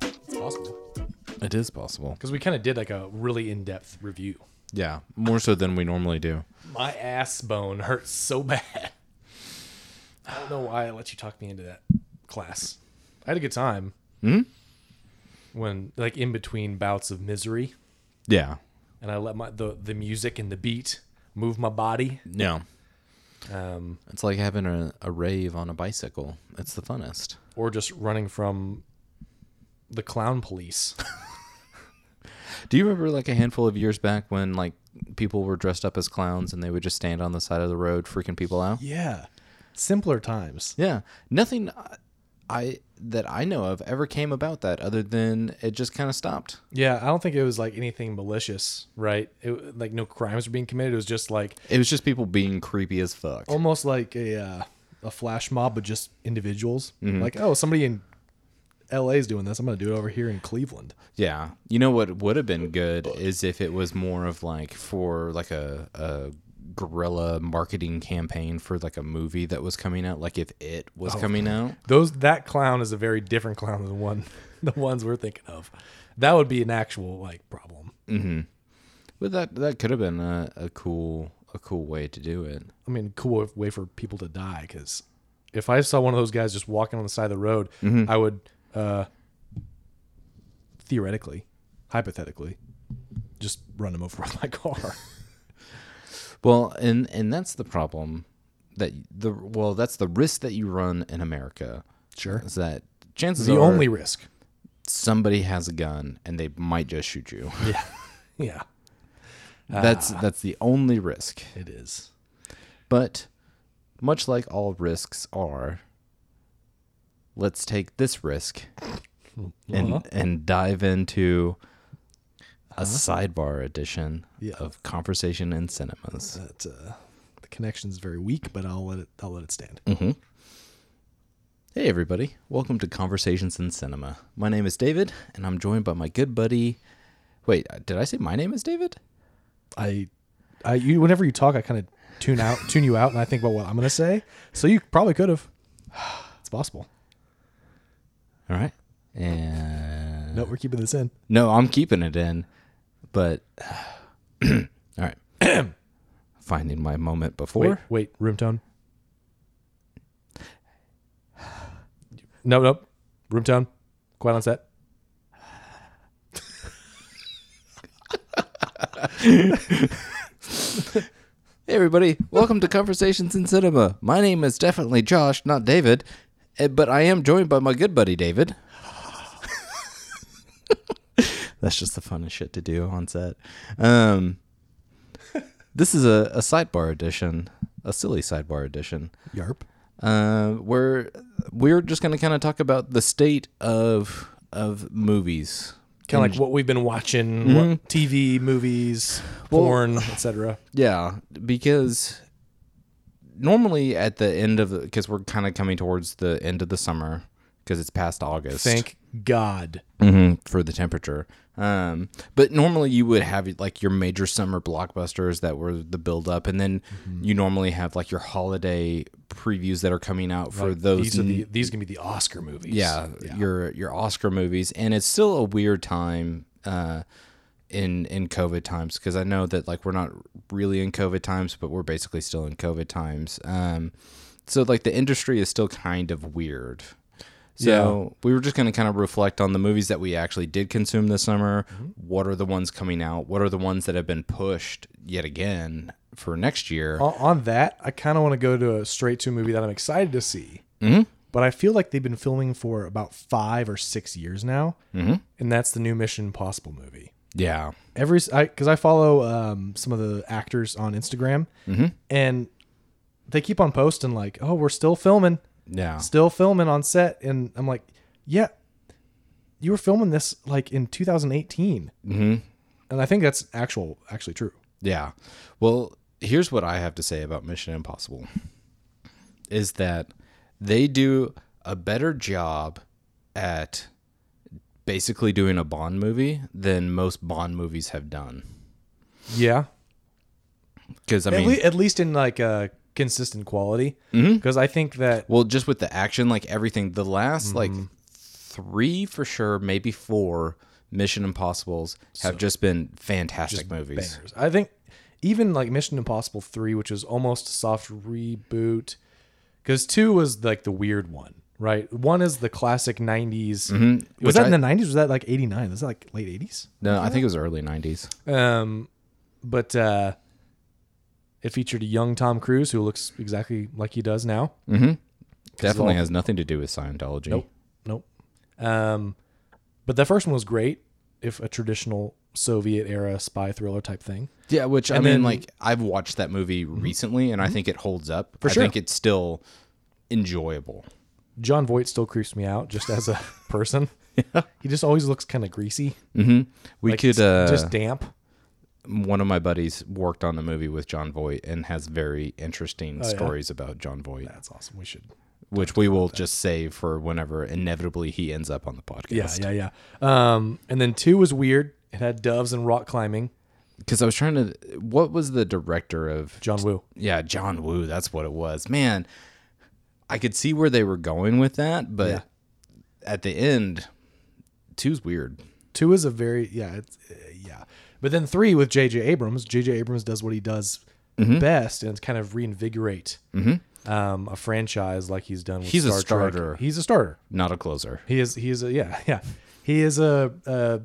possible It is possible. because we kind of did like a really in-depth review. Yeah, more so than we normally do. My ass bone hurts so bad. I don't know why I let you talk me into that class. I had a good time. Hmm? When like in between bouts of misery, Yeah. and I let my the the music and the beat move my body. Yeah. Um, It's like having a, a rave on a bicycle. It's the funnest. or just running from the clown police. Do you remember like a handful of years back when like people were dressed up as clowns and they would just stand on the side of the road freaking people out? Yeah. Simpler times. Yeah. Nothing I- I that I know of ever came about that other than it just kind of stopped. Yeah, I don't think it was like anything malicious, right? It, like no crimes were being committed. It was just like It was just people being creepy as fuck. almost like a uh, a flash mob, but just individuals. Like, oh, somebody in L.A. is doing this. I'm gonna do it over here in Cleveland. Yeah. You know what would have been good is if it was more of like for like a, a guerrilla marketing campaign for like a movie that was coming out, like if it Oh, was coming out. Those that clown is a very different clown than the one the ones we're thinking of. That would be an actual like problem. But that that could have been a, a cool a cool way to do it. I mean, cool way for people to die because if I saw one of those guys just walking on the side of the road, I would uh, theoretically, hypothetically, just run him over with my car. Well, and and that's the problem that the well that's the risk that you run in America sure. is that chances The are only risk. somebody has a gun and they might just shoot you. Yeah. yeah. Ah. that's that's the only risk. It is. But much like all risks are, let's take this risk and and dive into a sidebar edition Yeah. of conversation in cinemas. That uh, the connection's very weak, but I'll let it. I'll let it stand. Hey everybody, welcome to Conversations in Cinema. My name is David, and I'm joined by my good buddy. Wait, uh, did I say my name is David? I, I you. Whenever you talk, I kind of tune out, tune you out, and I think about what I'm gonna say. So you probably could have. It's possible. All right. And No, we're keeping this in. No, I'm keeping it in, but all right. Finding my moment before. Wait, wait, room tone. No, no, room tone. Quiet on set. Hey everybody, welcome to Conversations in Cinema. My name is definitely Josh, not David, eh, but I am joined by my good buddy David. That's just the funnest shit to do on set. Um, this is a, a sidebar edition, a silly sidebar edition. Yarp. uh, where we're just going to kind of talk about the state of of movies. Kind of like what we've been watching, what, TV, movies, porn, etc. Yeah, because normally at the end of the because we're kind of coming towards the end of the summer because it's past August. Thank God. hmm for the temperature. Um, but normally you would have like your major summer blockbusters that were the build up, and then Mm-hmm. you normally have like your holiday previews that are coming out for those These are the these can be the Oscar movies. yeah, your your Oscar movies, and it's still a weird time uh, in in COVID times because I know that like we're not really in COVID times, but we're basically still in COVID times. Um, so like the industry is still kind of weird. So we were just going to kind of reflect on the movies that we actually did consume this summer. What are the ones coming out? What are the ones that have been pushed yet again for next year? On, on that, I kind of want to go to a straight to a movie that I'm excited to see. But I feel like they've been filming for about five or six years now, mm-hmm. and that's the new Mission Impossible movie. Yeah, every I because I follow um, some of the actors on Instagram, and they keep on posting like, "Oh, we're still filming, yeah, still filming on set," and I'm like, "Yeah, you were filming this like in 2018," mm-hmm. and I think that's actual actually true. Yeah. Well, here's what I have to say about Mission Impossible is that they do a better job at basically doing a Bond movie than most Bond movies have done. Yeah, Cuz I at, mean, Mm-hmm. le- at least in like uh, consistent quality, because I think that Mm-hmm. well, just with the action like everything, the last like three for sure, maybe four Mission Impossibles have just been fantastic movies. bangers. I think even like Mission Impossible 3, which was almost a soft reboot, because 2 was like the weird one, right? One is the classic 90s. Was Mm-hmm. Which that I- in the 90s? Was that like 89? Was that like late 80s? No, I think it was early '90s. Um, but uh, it featured a young Tom Cruise who looks exactly like he does now. Definitely has nothing to do with Scientology. Nope. Nope. Um, but the first one was great, if a traditional Soviet era spy thriller type thing. Yeah, which I And mean, then- like I've watched that movie recently, and I think it holds up. For I sure. think it's still enjoyable. John Voight still creeps me out just as a person. He just always looks kind of greasy, We could uh, just, just damp. one of my buddies worked on the movie with John Voight and has very interesting stories about John Voight, That's awesome. We should. which we will just save for whenever inevitably he ends up on the Yeah, podcast. yeah, yeah. Um, and then two was weird. It had doves and rock climbing. Because I was trying to, what was the director of? John Woo. Yeah, John Woo. That's what it was. Man, I could see where they were going with that, but Yeah. at the end, two's weird. Two is a very yeah it's, uh, yeah, but then three with J.J. Abrams. J.J. Abrams does what he does Mm-hmm. best, and it's kind of reinvigorate um, a franchise like he's done. with He's a Star Trek. starter. He's a starter. Not a closer. He is. He is a yeah yeah. He is a, a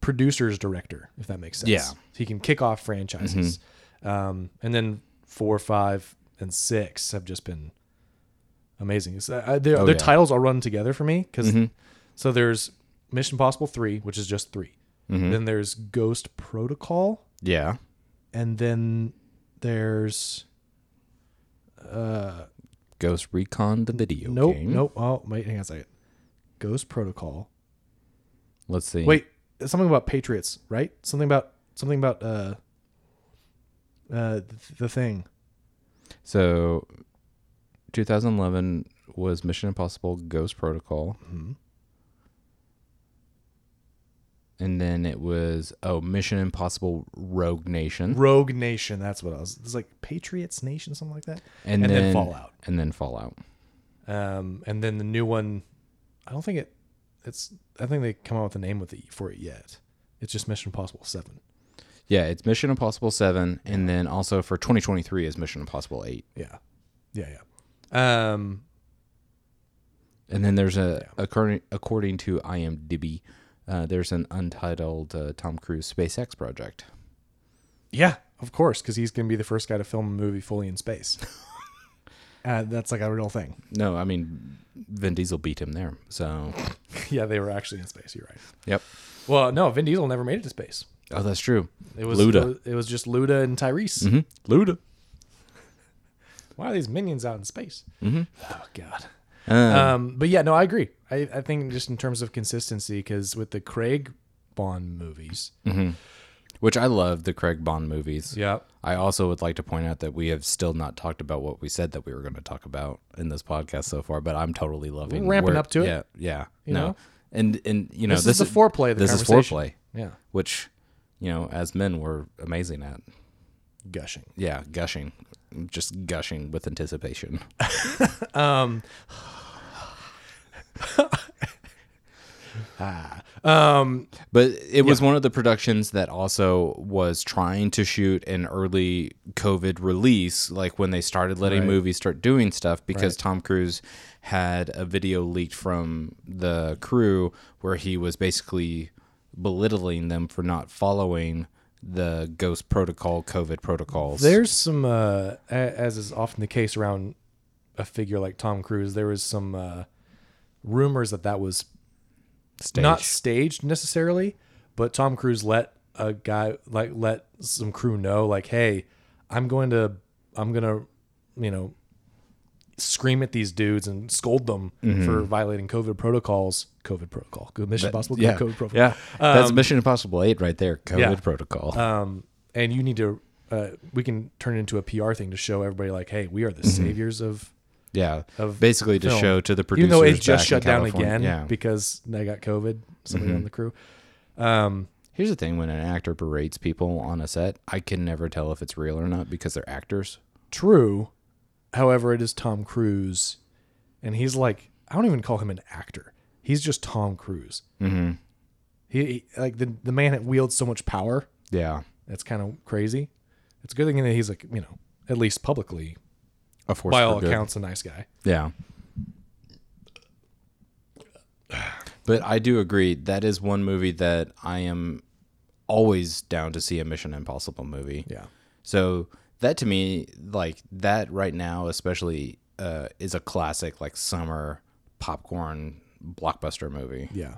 producer's director, if that makes sense. Yeah. Mm-hmm. he can kick off franchises, um, and then four, five, and six have just been amazing. So, uh, their their Oh, yeah. Mm-hmm. titles all run together for me because so there's Mission Impossible three, which is just 3 Mm-hmm. Then there's Ghost Protocol, Yeah. and then there's uh, Ghost Recon the video nope game. nope. Oh wait, hang on a second. Ghost Protocol. Let's see. Wait, something about Patriots, right? Something about something about uh uh the, the thing. So, 2011 was Mission Impossible Ghost Protocol. Mm-hmm. And then it was, oh, Mission Impossible Rogue Nation. Rogue Nation, that's what I was. It's like Patriots Nation something like that. And, and then, then Fallout. And then Fallout. Um and then the new one I don't think it it's I think they come out with a name with it for it yet. It's just Mission Impossible 7. Yeah, it's Mission Impossible 7. And then also for 2023 is Mission Impossible 8. Yeah. Yeah, yeah. Um And then there's a, according, according to IMDb, uh, there's an untitled uh, Tom Cruise SpaceX project. yeah, of course cuz he's going to be the first guy to film a movie fully in space. uh, that's like a real thing. No, I mean, Vin Diesel beat him there. So, yeah, they were actually in space, you're right. yep. Well, no, Vin Diesel never made it to space. Oh, that's true. It was Luda. Mm-hmm. It was, it was just Luda and Tyrese. Luda. Why are these minions out in space? Mm-hmm. Oh God. Uh, Um, but yeah, no, I agree. I, I think just in terms of consistency, because with the Craig Bond movies, Mm. which I love the Craig Bond movies. yeah, I also would like to point out that we have still not talked about what we said that we were going to talk about in this podcast so far, but I'm totally loving We're ramping where- up to it. Yeah. Yeah. You no. know? And and you know This this, is the foreplay of the This is conversation. foreplay, yeah, which you know as men we're amazing at. gushing. Yeah, gushing, just gushing with anticipation. Um, But it was one of the productions that also was trying to shoot an early COVID release, like when they started letting movies start doing stuff, because Tom Cruise had a video leaked from the crew where he was basically belittling them for not following the ghost protocol, COVID protocols. There's some, uh, a- as is often the case around a figure like Tom Cruise, there was some uh, rumors that that was not staged necessarily, but Tom Cruise let a guy like let some crew know like, hey, I'm going to I'm gonna you know scream at these dudes and scold them Mm-hmm. for violating COVID protocols. COVID protocol, good mission possible. yeah, COVID protocol. Um, yeah. That's Mission Impossible Eight right there. COVID Yeah. protocol. Um, and you need to. Uh, we can turn it into a PR thing to show everybody like, hey, we are the Mm-hmm. saviors of yeah, of basically to film. show to the producers. even though it back just in shut down California. again Yeah. Mm-hmm. because they got COVID. Somebody on the crew. Here's the thing when an actor berates people on a set, I can never tell if it's real or not because they're actors. True. However, it is Tom Cruise, and he's like I don't even call him an actor. He's just Tom Cruise. Mm-hmm. He, he- like the the man wields so much power. Yeah. That's kind of crazy. It's a good thing that he's like you know at least publicly A force by for all good. accounts a nice guy. Yeah. But I do agree that is one movie that I am always down to see a Mission Impossible movie. Yeah. So that to me, like that right now, especially, uh, is a classic like summer popcorn blockbuster movie, Yeah.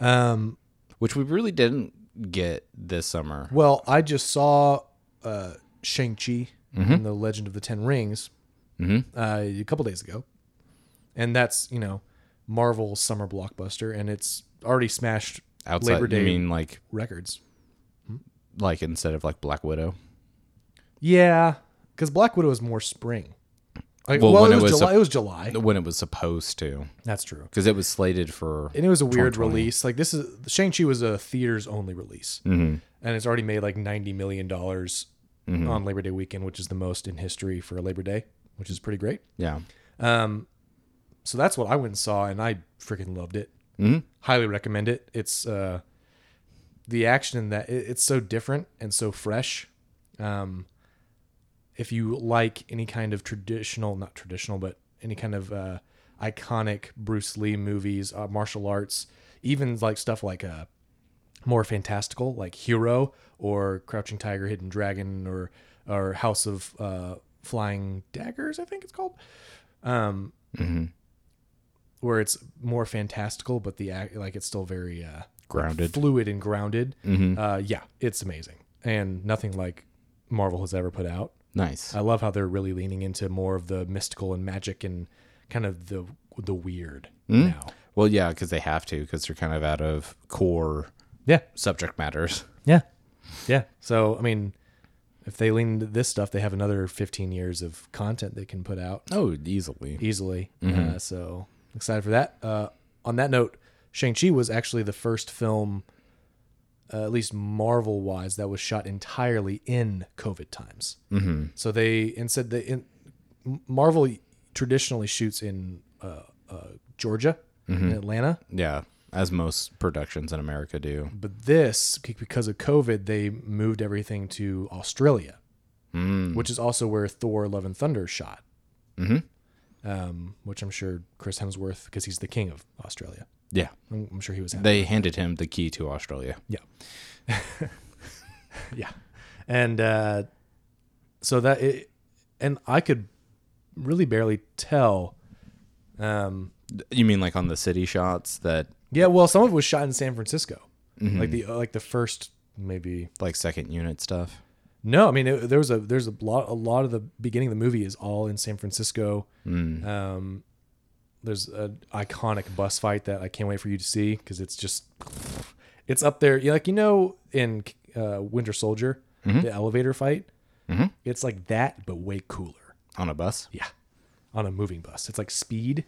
Um. which we really didn't get this summer. Well, I just saw uh, Shang Chi Mm-hmm. and the Legend of the Ten Rings uh, a couple days ago, and that's you know Marvel summer blockbuster, and it's already smashed Outside, Labor Day I mean, like records. like instead of like Black Widow. Yeah, because Black Widow is more spring. Like, well, Well, when it, it was was July, a- it was July. When it was supposed to, That's true. because it was slated for And it was a weird release. Like this is Shang Chi was a theaters only release, Mm-hmm. and it's already made like ninety million dollars on Labor Day weekend, which is the most in history for a Labor Day, which is pretty great. yeah. so that's what I went and saw, and I freaking loved it. Highly recommend it. It's uh, the action in that it, it's so different and so fresh. Um, if you like any kind of traditional, not traditional, but any kind of uh, iconic Bruce Lee movies, uh, martial arts, even like stuff like uh, more fantastical, like Hero or Crouching Tiger, Hidden Dragon, or or House of uh, Flying Daggers, I think it's called Um, where it's more fantastical, but the act, like it's still very uh, Grounded. fluid and grounded. Uh, yeah, it's amazing and nothing like Marvel has ever put out. Nice. I love how they're really leaning into more of the mystical and magic and kind of the the weird now. Well, yeah, because they have to, because they're kind of out of core Yeah, subject matters. yeah, yeah. So I mean, if they lean into this stuff, they have another 15 years of content they can put out. Oh, easily. easily. Uh, so excited for that. Uh, on that note, Shang Chi was actually the first film, uh, at least Marvel wise, that was shot entirely in COVID times. Mm-hmm. So they instead they in, M- Marvel traditionally shoots in uh, uh, Georgia, in Atlanta, Yeah, as most productions in America do. but this be- because of COVID, they moved everything to Australia, which is also where Thor: Love and Thunder is shot. Mm-hmm. Um, which I'm sure Chris Hemsworth, because he's the king of Australia, Yeah, I'm, I'm sure he was happy. they handed him the key to Australia. yeah, yeah, and uh, so that it, and I could really barely tell. Um, You mean like on the city shots that yeah, well, some of it was shot in San Francisco, like the uh, like the first maybe like second unit stuff? No, I mean it, there was a there's a lot a lot of the beginning of the movie is all in San Francisco. Mm. Um, there's an iconic bus fight that I can't wait for you to see because it's just it's up there. You like you know in uh, Winter Soldier Mm-hmm. the elevator fight, it's like that but way cooler. On a bus? Yeah, on a moving bus, it's like speed.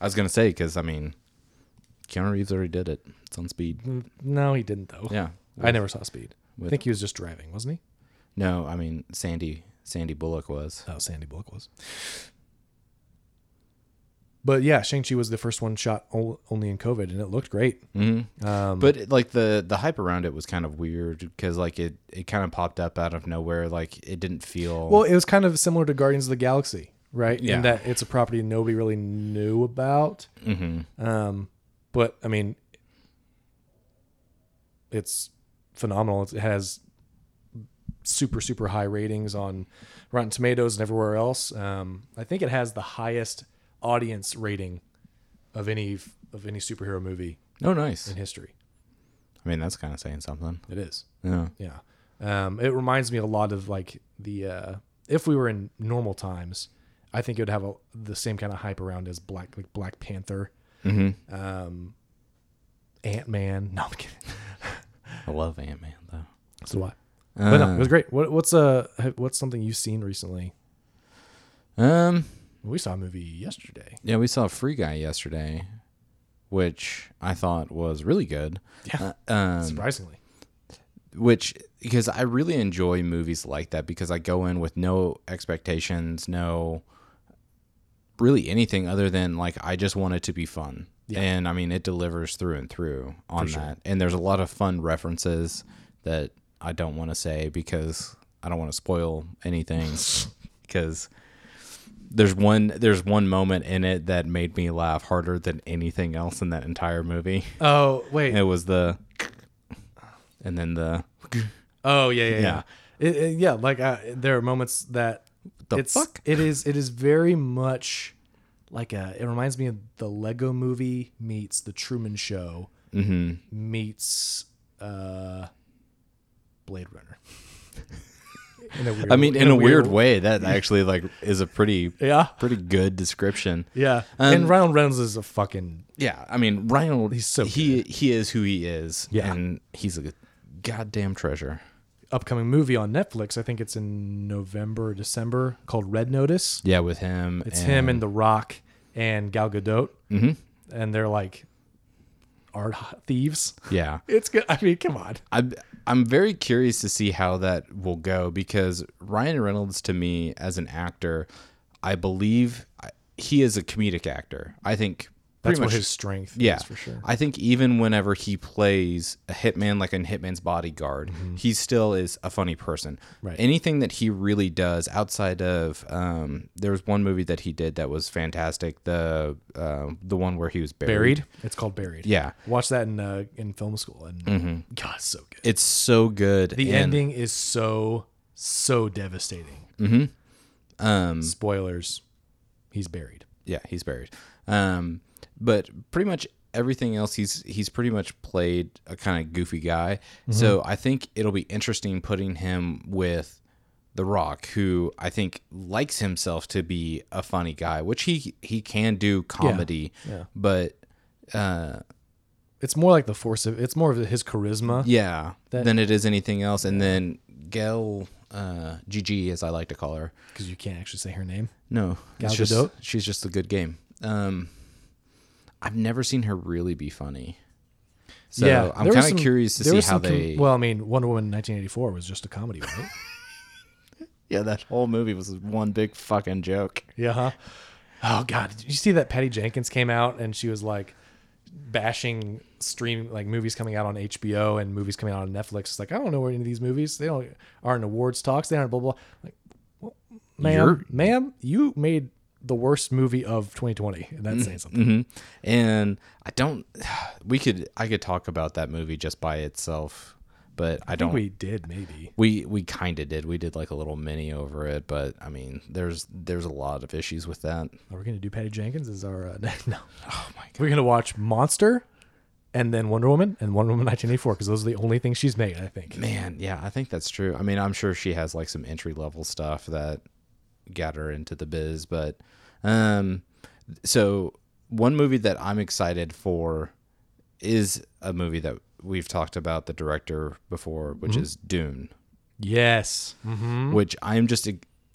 I was gonna say because I mean, Keanu Reeves already did it. It's on speed. No, he didn't though. Yeah. I never saw speed. I with- think he was just driving, wasn't he? No, I mean Sandy Sandy Bullock was. how Sandy Bullock was. But yeah, Shang Chi was the first one shot o- only in COVID, and it looked great. Um, but like the the hype around it was kind of weird because like it it kind of popped up out of nowhere. Like it didn't feel Well, it was kind of similar to Guardians of the Galaxy, right? Yeah. In that it's a property nobody really knew about. Um, but I mean, it's phenomenal. It has super super high ratings on Rotten Tomatoes and everywhere else. Um, I think it has the highest audience rating of any of any superhero movie oh nice. in history. I mean that's kind of saying something. It is. Yeah. Yeah. Um, it reminds me a lot of like the uh, if we were in normal times, I think it would have a, the same kind of hype around as Black like Black Panther, Mm-hmm. um, Ant Man. No, I'm kidding. I love Ant Man though. So what? but no, it was great. What, what's uh what's something you've seen recently? Um, We saw a movie yesterday. yeah, we saw Free Guy yesterday, which I thought was really good. Yeah. Uh, um, Surprisingly. which because I really enjoy movies like that because I go in with no expectations, no really anything other than like I just want it to be fun. and I mean it delivers through and through on that. And there's a lot of fun references that I don't want to say because I don't want to spoil anything because there's one there's one moment in it that made me laugh harder than anything else in that entire movie. Oh wait. It was the and then the Oh yeah, yeah, yeah. Yeah. It- it- yeah, like uh, there are moments that The it's, fuck? It is. It is very much like a. It reminds me of the Lego Movie meets the Truman Show Mm-hmm. meets uh, Blade Runner. In a weird, I mean in, a weird way that actually like is a pretty Yeah. pretty good description. Yeah, and Ryan Reynolds is a fucking Yeah, I mean Ryan he's so he he is who he is Yeah. and he's a goddamn treasure. upcoming movie on Netflix. I think it's in November or December called Red Notice. Yeah, with him. It's him and The Rock and Gal Gadot, mm-hmm. and they're like art thieves. yeah. It's good. I mean, come on. I'm I'm very curious to see how that will go because Ryan Reynolds to me as an actor, I believe I- he is a comedic actor. I think pretty That's much what his strength yeah is for sure. I think even whenever he plays a hitman like in Hitman's Bodyguard, he still is a funny person. Mm-hmm. Right. Anything that he really does outside of um, there was one movie that he did that was fantastic the uh, the one where he was Buried. It's called Buried. Yeah. Mm-hmm. Watch that in uh, in film school, and God, it's so good. It's so good. The and- ending is so so devastating. um Spoilers. He's buried. yeah, he's buried. Um, but pretty much everything else, he's he's pretty much played a kind of goofy guy. So I think it'll be interesting putting him with The Rock, who I think likes himself to be a funny guy, which he he can do comedy, yeah. but It's more like the force of. It's more of his charisma. yeah, than it is anything else. And then Gail, uh, GG as I like to call her. because you can't actually say her name. No, Gal it's just- Gadot? she's just a good game. Um, I've never seen her really be funny. So I'm there was kind of some- curious to there see was how some com- they. well, I mean, Wonder Woman 1984 was just a comedy, right? yeah, that whole movie was one big fucking joke. yeah. huh? Oh God, did you see that Patty Jenkins came out and she was like bashing stream like movies coming out on HBO and movies coming out on Netflix. It's like I don't know where any of these movies. They don't aren't awards talks. They aren't blah blah. blah. Like, well, madam You're- ma'am, you made the worst movie of 2020, and that's saying something. hmm And I don't. We could. I could talk about that movie just by itself, but I don't. We did maybe. we we kind of did. We did like a little mini over it, but I mean, there's there's a lot of issues with that. Are we gonna do Patty Jenkins as our uh, next? No. Oh my god. We're gonna watch Monster, and then Wonder Woman and Wonder Woman 1984 because those are the only things she's made. I think. Man, yeah, I think that's true. I mean, I'm sure she has like some entry level stuff that got her into the biz, but um so one movie that I'm excited for is a movie that we've talked about the director before, which is Dune, Yes. Mm-hmm. which I'm just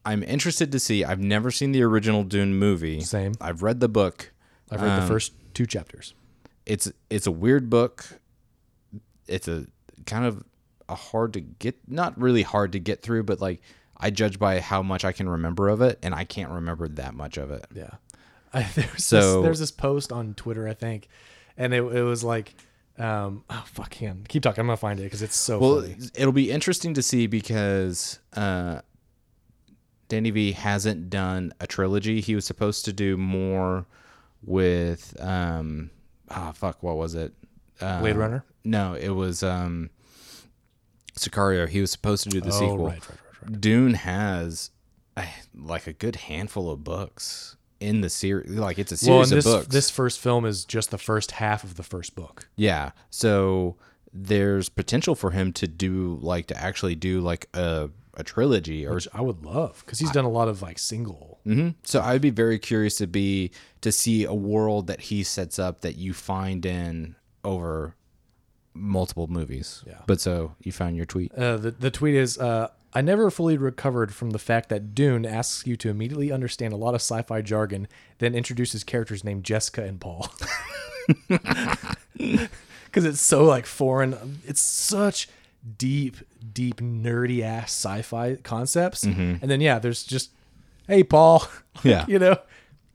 I'm interested to see. I've never seen the original Dune movie. Same. I've read the book. I've read the first two chapters. it's it's a weird book. It's a kind of a hard to get not really hard to get through, but like I judge by how much I can remember of it, and I can't remember that much of it. Yeah. I, there's So- this, there's this post on Twitter I think, and it, it was like, um, oh fuck him. Keep talking. I'm gonna find it because it's so Well, funny. it'll be interesting to see because uh, Danny V hasn't done a trilogy. He was supposed to do more with um ah fuck what was it uh, Blade Runner? No, it was um Sicario. He was supposed to do the Oh, sequel. right, right, right, Dune has a, like a good handful of books in the series. Like it's a Well, series and this of books. this first film is just the first half of the first book. Yeah. So there's potential for him to do like to actually do like a a trilogy or Which I would love because he's done a lot of like single. Mhm. so I'd be very curious to be to see a world that he sets up that you find in over multiple movies. Yeah. But so you found your tweet. Uh, the, the tweet is uh, I never fully recovered from the fact that Dune asks you to immediately understand a lot of sci fi jargon, then introduces characters named Jessica and Paul. Because it's so like foreign. It's such deep, deep, nerdy ass sci fi concepts. And then, yeah, there's just, hey, Paul. Yeah. you know,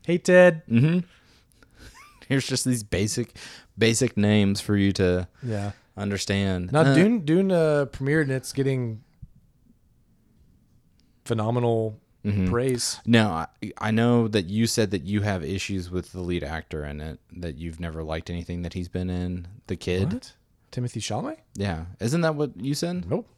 hey, Ted. Here's just these basic, basic names for you to Yeah. understand. Now Uh, Dune Dune uh, premiered and it's getting phenomenal praise. No, I, I know that you said that you have issues with the lead actor in it. That you've never liked anything that he's been in. The kid. Timothy Chalamet? Yeah, isn't that what you said? Nope.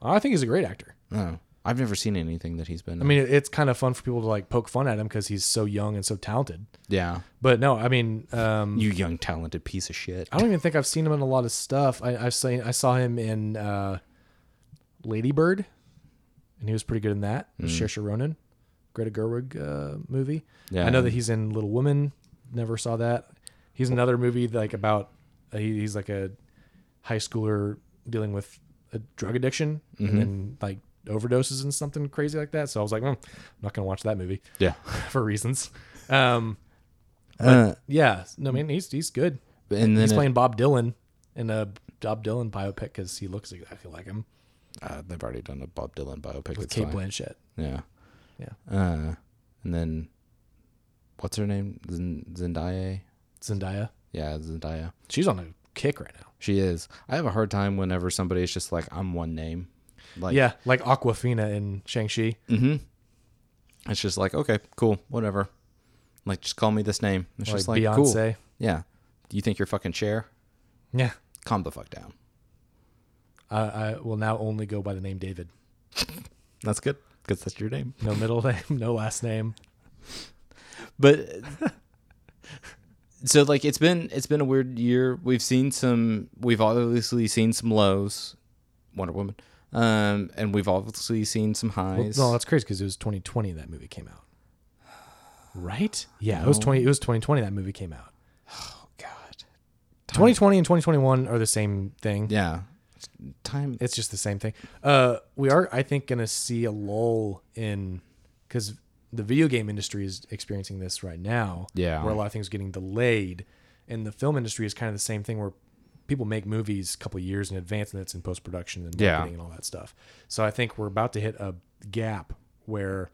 I think he's a great actor. No, I've never seen anything that he's been. In. I mean, it- it's kind of fun for people to like poke fun at him because he's so young and so talented. yeah, But no, I mean, um, you young talented piece of shit. I don't even think I've seen him in a lot of stuff. I, I've seen I saw him in uh, Ladybird, and he was pretty good in that. Mm. Saoirse Ronan, Greta Gerwig uh, movie. Yeah. I know that he's in Little Women. Never saw that. He's another movie like about uh, he, he's like a high schooler dealing with a drug addiction and then like overdoses and something crazy like that. So I was like, "Mm, I'm not gonna watch that movie Yeah. for reasons. Um, Uh, yeah, no, I mean he's he's good. and then He's it- playing Bob Dylan in a Bob Dylan biopic because he looks exactly like him. uh, they've already done a Bob Dylan biopic. With it's Kate fine. Blanchett. Yeah. Yeah. Uh, and then what's her name? Zen- Zendaya. Zendaya. Yeah, Zendaya. She's on a kick right now. She is. I have a hard time whenever somebody is just like, I'm one name. Like, yeah, like Aquafina in Shang-Chi. Mm-hmm. It's just like, okay, cool, whatever. Like, just call me this name. It's Or just like like, cool. Beyonce. Yeah. Do you think you're fucking Cher? Yeah. Calm the fuck down. I, I will now only go by the name David. That's good. Because that's your name. No middle name, no last name. but so like it's been it's been a weird year. We've seen some we've obviously seen some lows, Wonder Woman. Um and we've obviously seen some highs. No, that's crazy because it was 2020 that movie came out. Right? Yeah, it was 20. It was 2020 that movie came out. oh god. 2020 and 2021 are the same thing. Yeah. Time It's just the same thing. Uh, we are, I think, going to see a lull in because the video game industry is experiencing this right now. Yeah. where a lot of things are getting delayed, and the film industry is kind of the same thing where people make movies a couple years in advance, and it's in post production and Yeah. marketing and all that stuff. So I think we're about to hit a gap where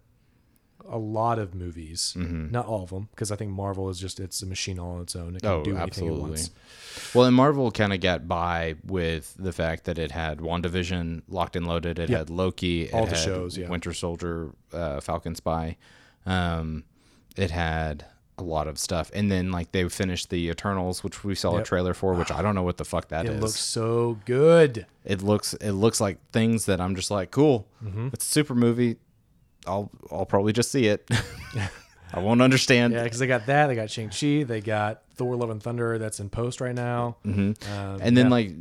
a lot of movies, Mm-hmm. not all of them, because I think Marvel is just it's a machine all on its own. It can Oh, do anything absolutely. it wants. Well, and Marvel kind of got by with the fact that it had WandaVision locked and loaded. It had Loki. It All the had shows, yeah. Winter Soldier, uh, Falcon Spy. Um, it had a lot of stuff, and then like they finished the Eternals, which we saw a trailer for, which I don't know what the fuck that is. It looks so good. it looks it looks like things that I'm just like, cool. Mm-hmm. It's a super movie. I'll I'll probably just see it. I won't understand. Yeah, because they got that. They got Shang Chi. They got Thor: Love and Thunder. That's in post right now. Mm-hmm. Um, And then like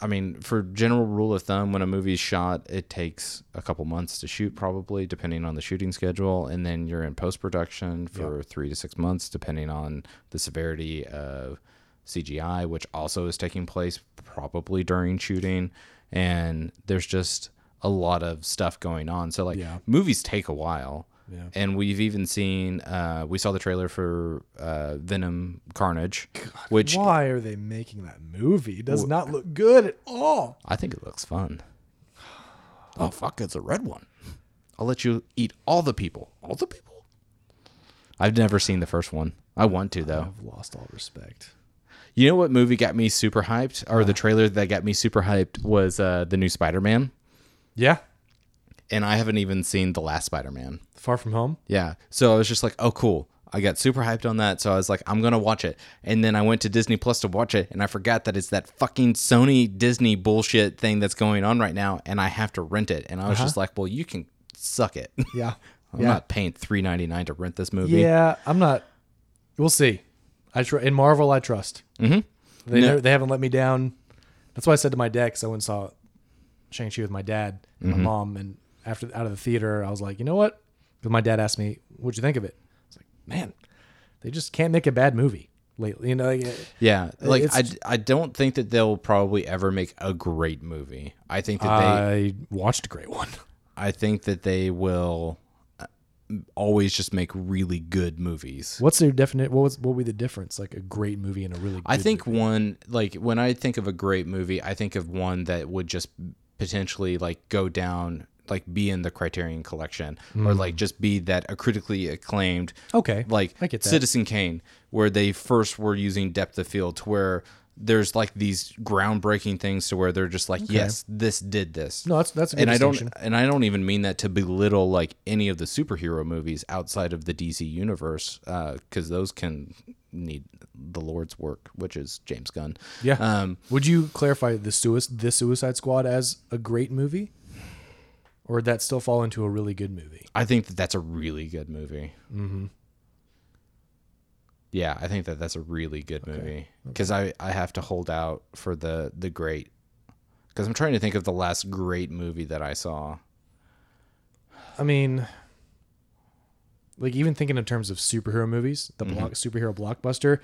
I mean, for general rule of thumb, when a movie's shot, it takes a couple months to shoot, probably depending on the shooting schedule, and then you're in post production for three to six months, depending on the severity of CGI, which also is taking place probably during shooting. And there's just a lot of stuff going on. So like Yeah. movies take a while. Yeah. And we've even seen, uh, we saw the trailer for uh, Venom Carnage, which why are they making that movie? It does not look good at all. I think it looks fun. Oh fuck, it's a red one. I'll let you eat all the people. All the people? I've never seen the first one. I want to though. I've lost all respect. You know what movie got me super hyped? Or the trailer that got me super hyped was uh, the new Spider Man. Yeah, And I haven't even seen the last Spider Man. Far From Home. Yeah. So I was just like, oh, cool. I got super hyped on that. So I was like, I'm going to watch it. And then I went to Disney Plus to watch it. And I forgot that it's that fucking Sony Disney bullshit thing that's going on right now. And I have to rent it. And I was just like, well, you can suck it. Yeah, I'm Uh-huh. yeah, not paying three ninety nine to rent this movie. yeah. I'm not. We'll see. I tr- in Marvel, I trust. Mm-hmm. They never, they haven't let me down. That's why I said to my dad 'cause I went and saw Shang Chi with my dad, and my mom, and after out of the theater, I was like, you know what? Because my dad asked me, "What'd you think of it?" I was like, man, they just can't make a bad movie lately. You know, like, uh, Yeah. Like, I, It's- I don't think that they'll probably ever make a great movie. I think that they. I watched a great one. I think that they will uh, always just make really good movies. What's their definite? What was what would be the difference? Like a great movie and a really. Good I think one like when I think of a great movie, I think of one that would just potentially like go down like be in the Criterion Collection or like just be that a critically acclaimed Okay. like Hmm. Oh, I get that. Citizen Kane, where they first were using depth of field to where there's like these groundbreaking things to where they're just like, yes, this did this. No, that's- that's a good and I don't distinction. and I don't even mean that to belittle like any of the superhero movies outside of the DC universe, because those can need the Lord's work, which is James Gunn. Yeah. Um, Would you clarify the suicide the Suicide Squad as a great movie, or would that still fall into a really good movie? I think that that's a really good movie. Mm-hmm. Yeah, I think that that's a really good movie because I, I have to hold out for the the great because I'm trying to think of the last great movie that I saw. I mean, like even thinking in terms of superhero movies, the block, superhero blockbuster.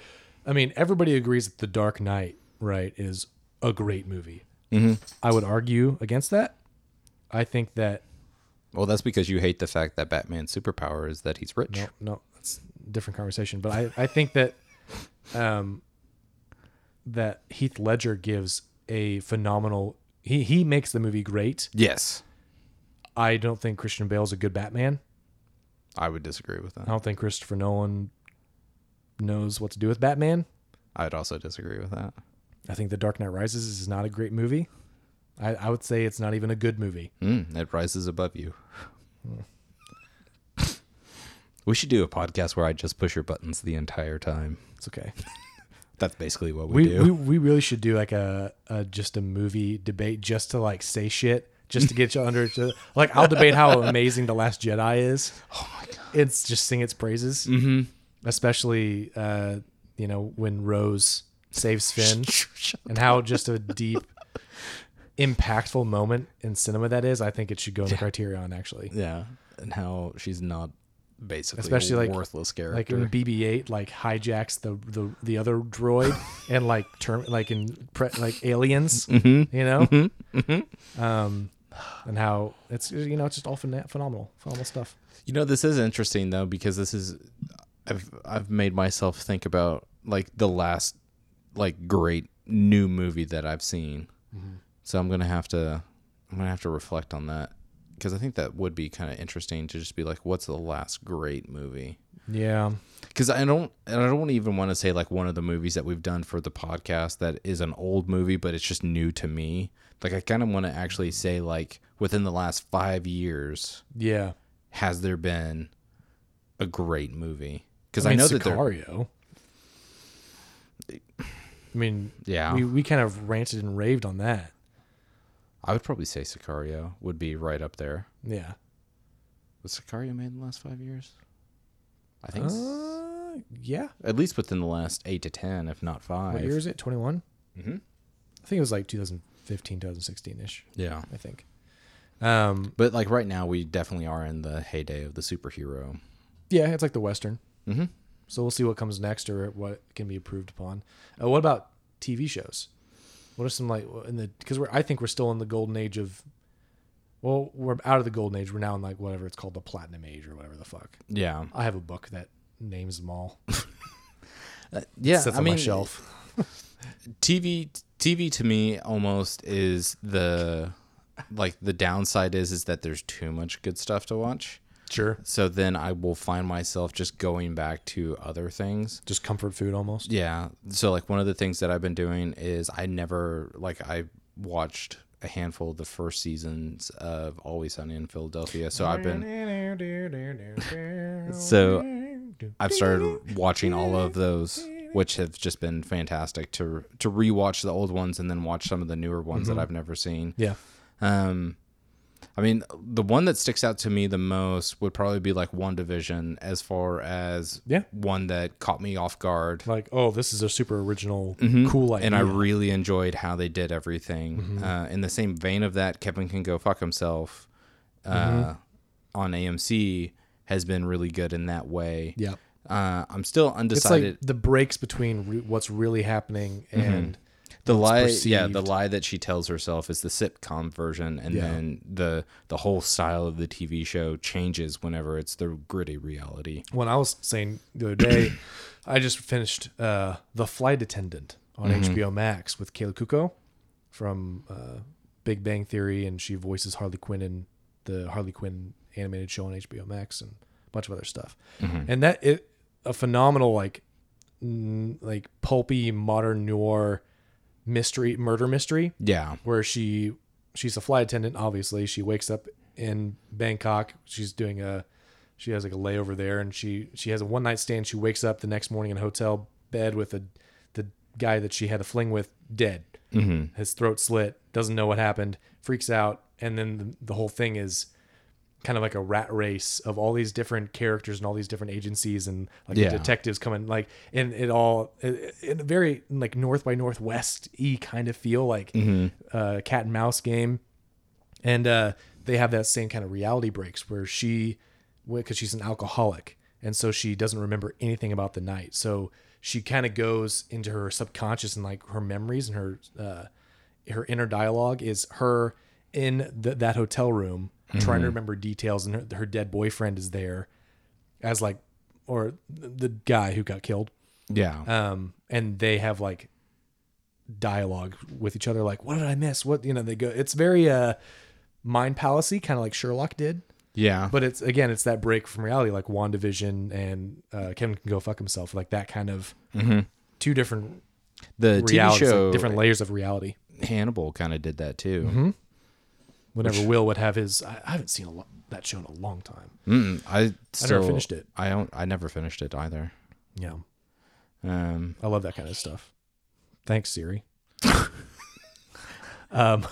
I mean, everybody agrees that The Dark Knight, right, is a great movie. I would argue against that. I think that Well, that's because you hate the fact that Batman's superpower is that he's rich. no, Oh, no, that's a different conversation. But I, I think that, um, that Heath Ledger gives a phenomenal. He he makes the movie great. Yes, I don't think Christian Bale's a good Batman. I would disagree with that. I don't think Christopher Nolan knows what to do with Batman. I'd also disagree with that. I think The Dark Knight Rises is not a great movie. I, I would say it's not even a good movie. Mm, it rises above you. we should do a podcast where I just push your buttons the entire time. It's okay. That's basically what we, We do. we, we really should do like a, a just a movie debate just to like say shit just to get you under each other. Like I'll debate how amazing the Last Jedi is. Oh my god! It's just sing its praises, mm-hmm. especially uh, you know when Rose saves Finn and how just a deep, impactful moment in cinema that is. I think it should go in the Criterion actually. Yeah, and how she's not basically Especially, like- worthless character. like when BB-8 like hijacks the the, the other droid and like term like in pre- like aliens, Mm-hmm. you know, um, and how it's you know it's just all phena- phenomenal, phenomenal stuff. you know, this is interesting though because this is I've I've made myself think about like the last like great new movie that I've seen. So I'm gonna have to I'm gonna have to reflect on that because I think that would be kind of interesting to just be like, what's the last great movie? Yeah, because I don't and I don't even want to say like one of the movies that we've done for the podcast that is an old movie, but it's just new to me. Like I kind of want to actually say like within the last five years, yeah. has there been a great movie? Because I, I mean, know that Sicario. I mean, there, yeah, we we kind of ranted and raved on that. I would probably say Sicario would be right up there. Yeah, Was Sicario made in the last five years? I think s- uh, yeah. at least within the last eight to ten, if not five. What year is it? Twenty Mhm. I think it was like 2015, 2016 ish. Yeah, I think. Um, but like right now, we definitely are in the heyday of the superhero. Yeah, it's like the Western. Mm-hmm. So we'll see what comes next or what can be approved upon. Uh, what about TV shows? What are some like in the because we're I think we're still in the golden age of. Well, we're out of the golden age. We're now in like whatever it's called, the platinum age or whatever the fuck. Yeah, I have a book that names them all. yeah. sits I on mean, my shelf. TV TV to me almost is the like the downside is is that there's too much good stuff to watch. Sure, So then I will find myself just going back to other things. just comfort food almost. Yeah. So like one of the things that I've been doing is I never like I watched a handful of the first seasons of Always Sunny in Philadelphia. So I've been So, I've started watching all of those, which have just been fantastic to to rewatch the old ones and then watch some of the newer ones that I've never seen. yeah, Um, I mean, the one that sticks out to me the most would probably be like One Division, as far as Yeah. one that caught me off guard, like oh, this is a super original, cool idea. and I really enjoyed how they did everything. Mm-hmm. Uh, in the same vein of that, Kevin can go fuck himself. Uh, Mm-hmm. On AMC has been really good in that way. yeah, Uh, I'm still it's undecided. like the breaks between re- what's really happening and. the lie yeah perceived. the lie that she tells herself is the sitcom version and then the the whole style of the tv show changes whenever it's the gritty reality when I was saying the other day, I just finished uh, The Flight Attendant on HBO Max with Kayla Kuko from uh, Big Bang Theory, and she voices Harley Quinn in the Harley Quinn animated show on HBO Max and a bunch of other stuff. And that it a phenomenal like n- like pulpy modern noir mystery murder mystery Yeah. where she she's a flight attendant obviously she wakes up in bangkok she's doing a she has like a layover there and she she has a one night stand she wakes up the next morning in a hotel bed with a the guy that she had a fling with dead mm-hmm. his throat slit doesn't know what happened freaks out and then the, the whole thing is kind of like a rat race of all these different characters and all these different agencies and like the Yeah. detectives coming like and it all it- in a very like north by northwest e kind of feel like uh, cat and mouse game and uh, they have that same kind of reality breaks where she because she's an alcoholic and so she doesn't remember anything about the night so she kind of goes into her subconscious and like her memories and her uh, her inner dialogue is her in th- that hotel room trying to remember details and her, her dead boyfriend is there as like or th- the guy who got killed Yeah. um, and they have like dialogue with each other like what did i miss what you know they go it's very uh mind palacy kind of like sherlock did yeah. but it's again it's that break from reality like wandavision and uh kevin can go fuck himself like that kind of two different Mm-hmm. the TV realities like, show different layers of reality Hannibal kind of did that too. whenever will would have his i, I haven't seen a lo- that show in a long time Mm, I still Mm-hmm. finished it. I don't. I never finished it either. yeah Um, i love that kind of stuff thanks siri um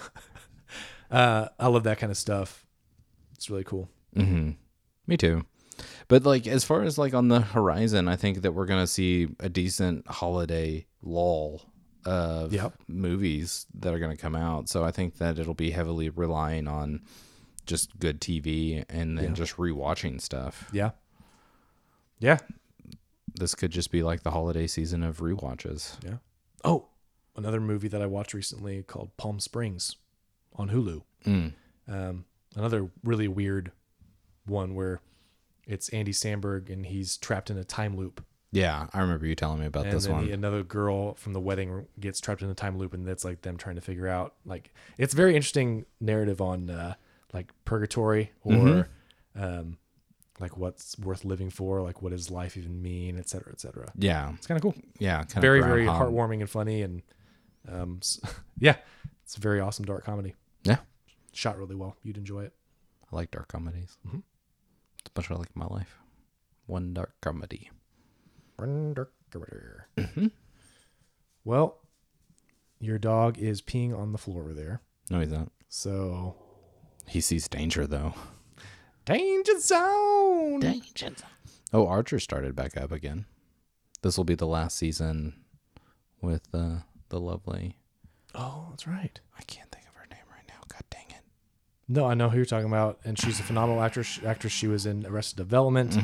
uh i love that kind of stuff it's really cool hmm Me too. But like as far as like on the horizon, I think that we're gonna see a decent holiday lull of Yep. movies that are gonna come out. So I think that it'll be heavily relying on just good TV and then just rewatching stuff. Yeah. Yeah. This could just be like the holiday season of rewatches. Yeah. Oh, another movie that I watched recently called Palm Springs on Hulu. Mm. Um, another really weird one where it's Andy Samberg and he's trapped in a time loop. Yeah, I remember you telling me about And this then uh, one. he- another girl from the wedding gets trapped in a time loop, and that's like them trying to figure out. Like, it's very interesting narrative on uh, like purgatory or Mm-hmm. um, like what's worth living for, like what does life even mean, et cetera, et cetera. yeah, It's kind of cool. yeah, kind very of very heartwarming and funny and um s- yeah it's a very awesome dark comedy Yeah, shot really well you'd enjoy it I like dark comedies. Mm-hmm. It's much like my life. One dark comedy. Mm-hmm. well your dog is peeing on the floor over there No, he's not. so He sees danger though. danger zone Danger. Oh, Archer started back up again. This will be the last season with uh, the lovely. oh that's right I can't think of her name right now. God dang it. no i know who you're talking about and she's a phenomenal actress actress she was in arrested development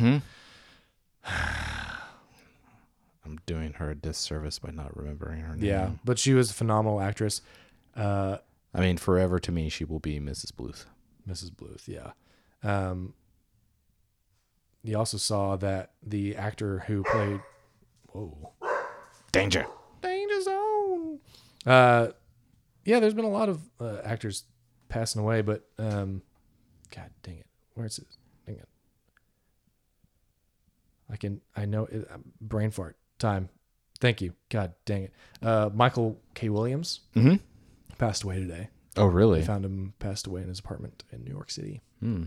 I'm doing her a disservice by not remembering her name. yeah but she was a phenomenal actress uh I mean, forever to me, she will be Mrs. Bluth. Mrs. Bluth, yeah. Um, you also saw that the actor who played Whoa Danger. Danger Zone. Uh, yeah, there's been a lot of uh, actors passing away, but um, God dang it, where's it? Dang it, I can I know it, uh, brain fart time. Thank you, God dang it. Uh, Michael K. Williams Mhm. passed away today. Oh, really? They found him passed away in his apartment in New York City. Hmm.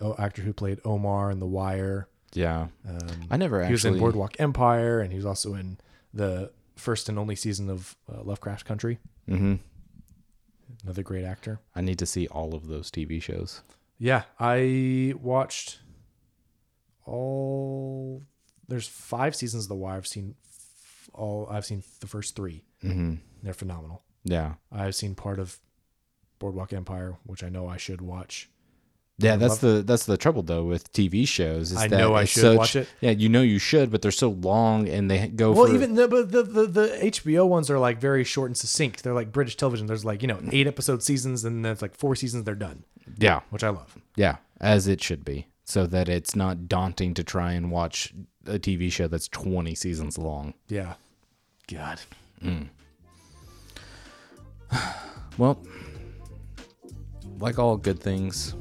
Oh, actor who played Omar in The Wire. Yeah. Um, I never he was actually. in Boardwalk Empire, and he was also in the first and only season of uh, Lovecraft Country. hmm Another great actor. I need to see all of those TV shows. Yeah, I watched all. There's five seasons of The Wire. I've seen f- all. I've seen the first three. Mm-hmm. They're phenomenal. Yeah. I've seen part of Boardwalk Empire, which I know I should watch. Yeah, that's the that's the trouble though with TV shows. Is I that know I it's should such- watch it. Yeah, you know you should, but they're so long and they go. Well, for, even the, but the, the the HBO ones are like very short and succinct. They're like British television. There's like you know eight episode seasons, and then it's like four seasons. They're done, yeah, which I love. yeah, as it should be, so that it's not daunting to try and watch a TV show that's twenty seasons long. Yeah. God. Well, like all good things,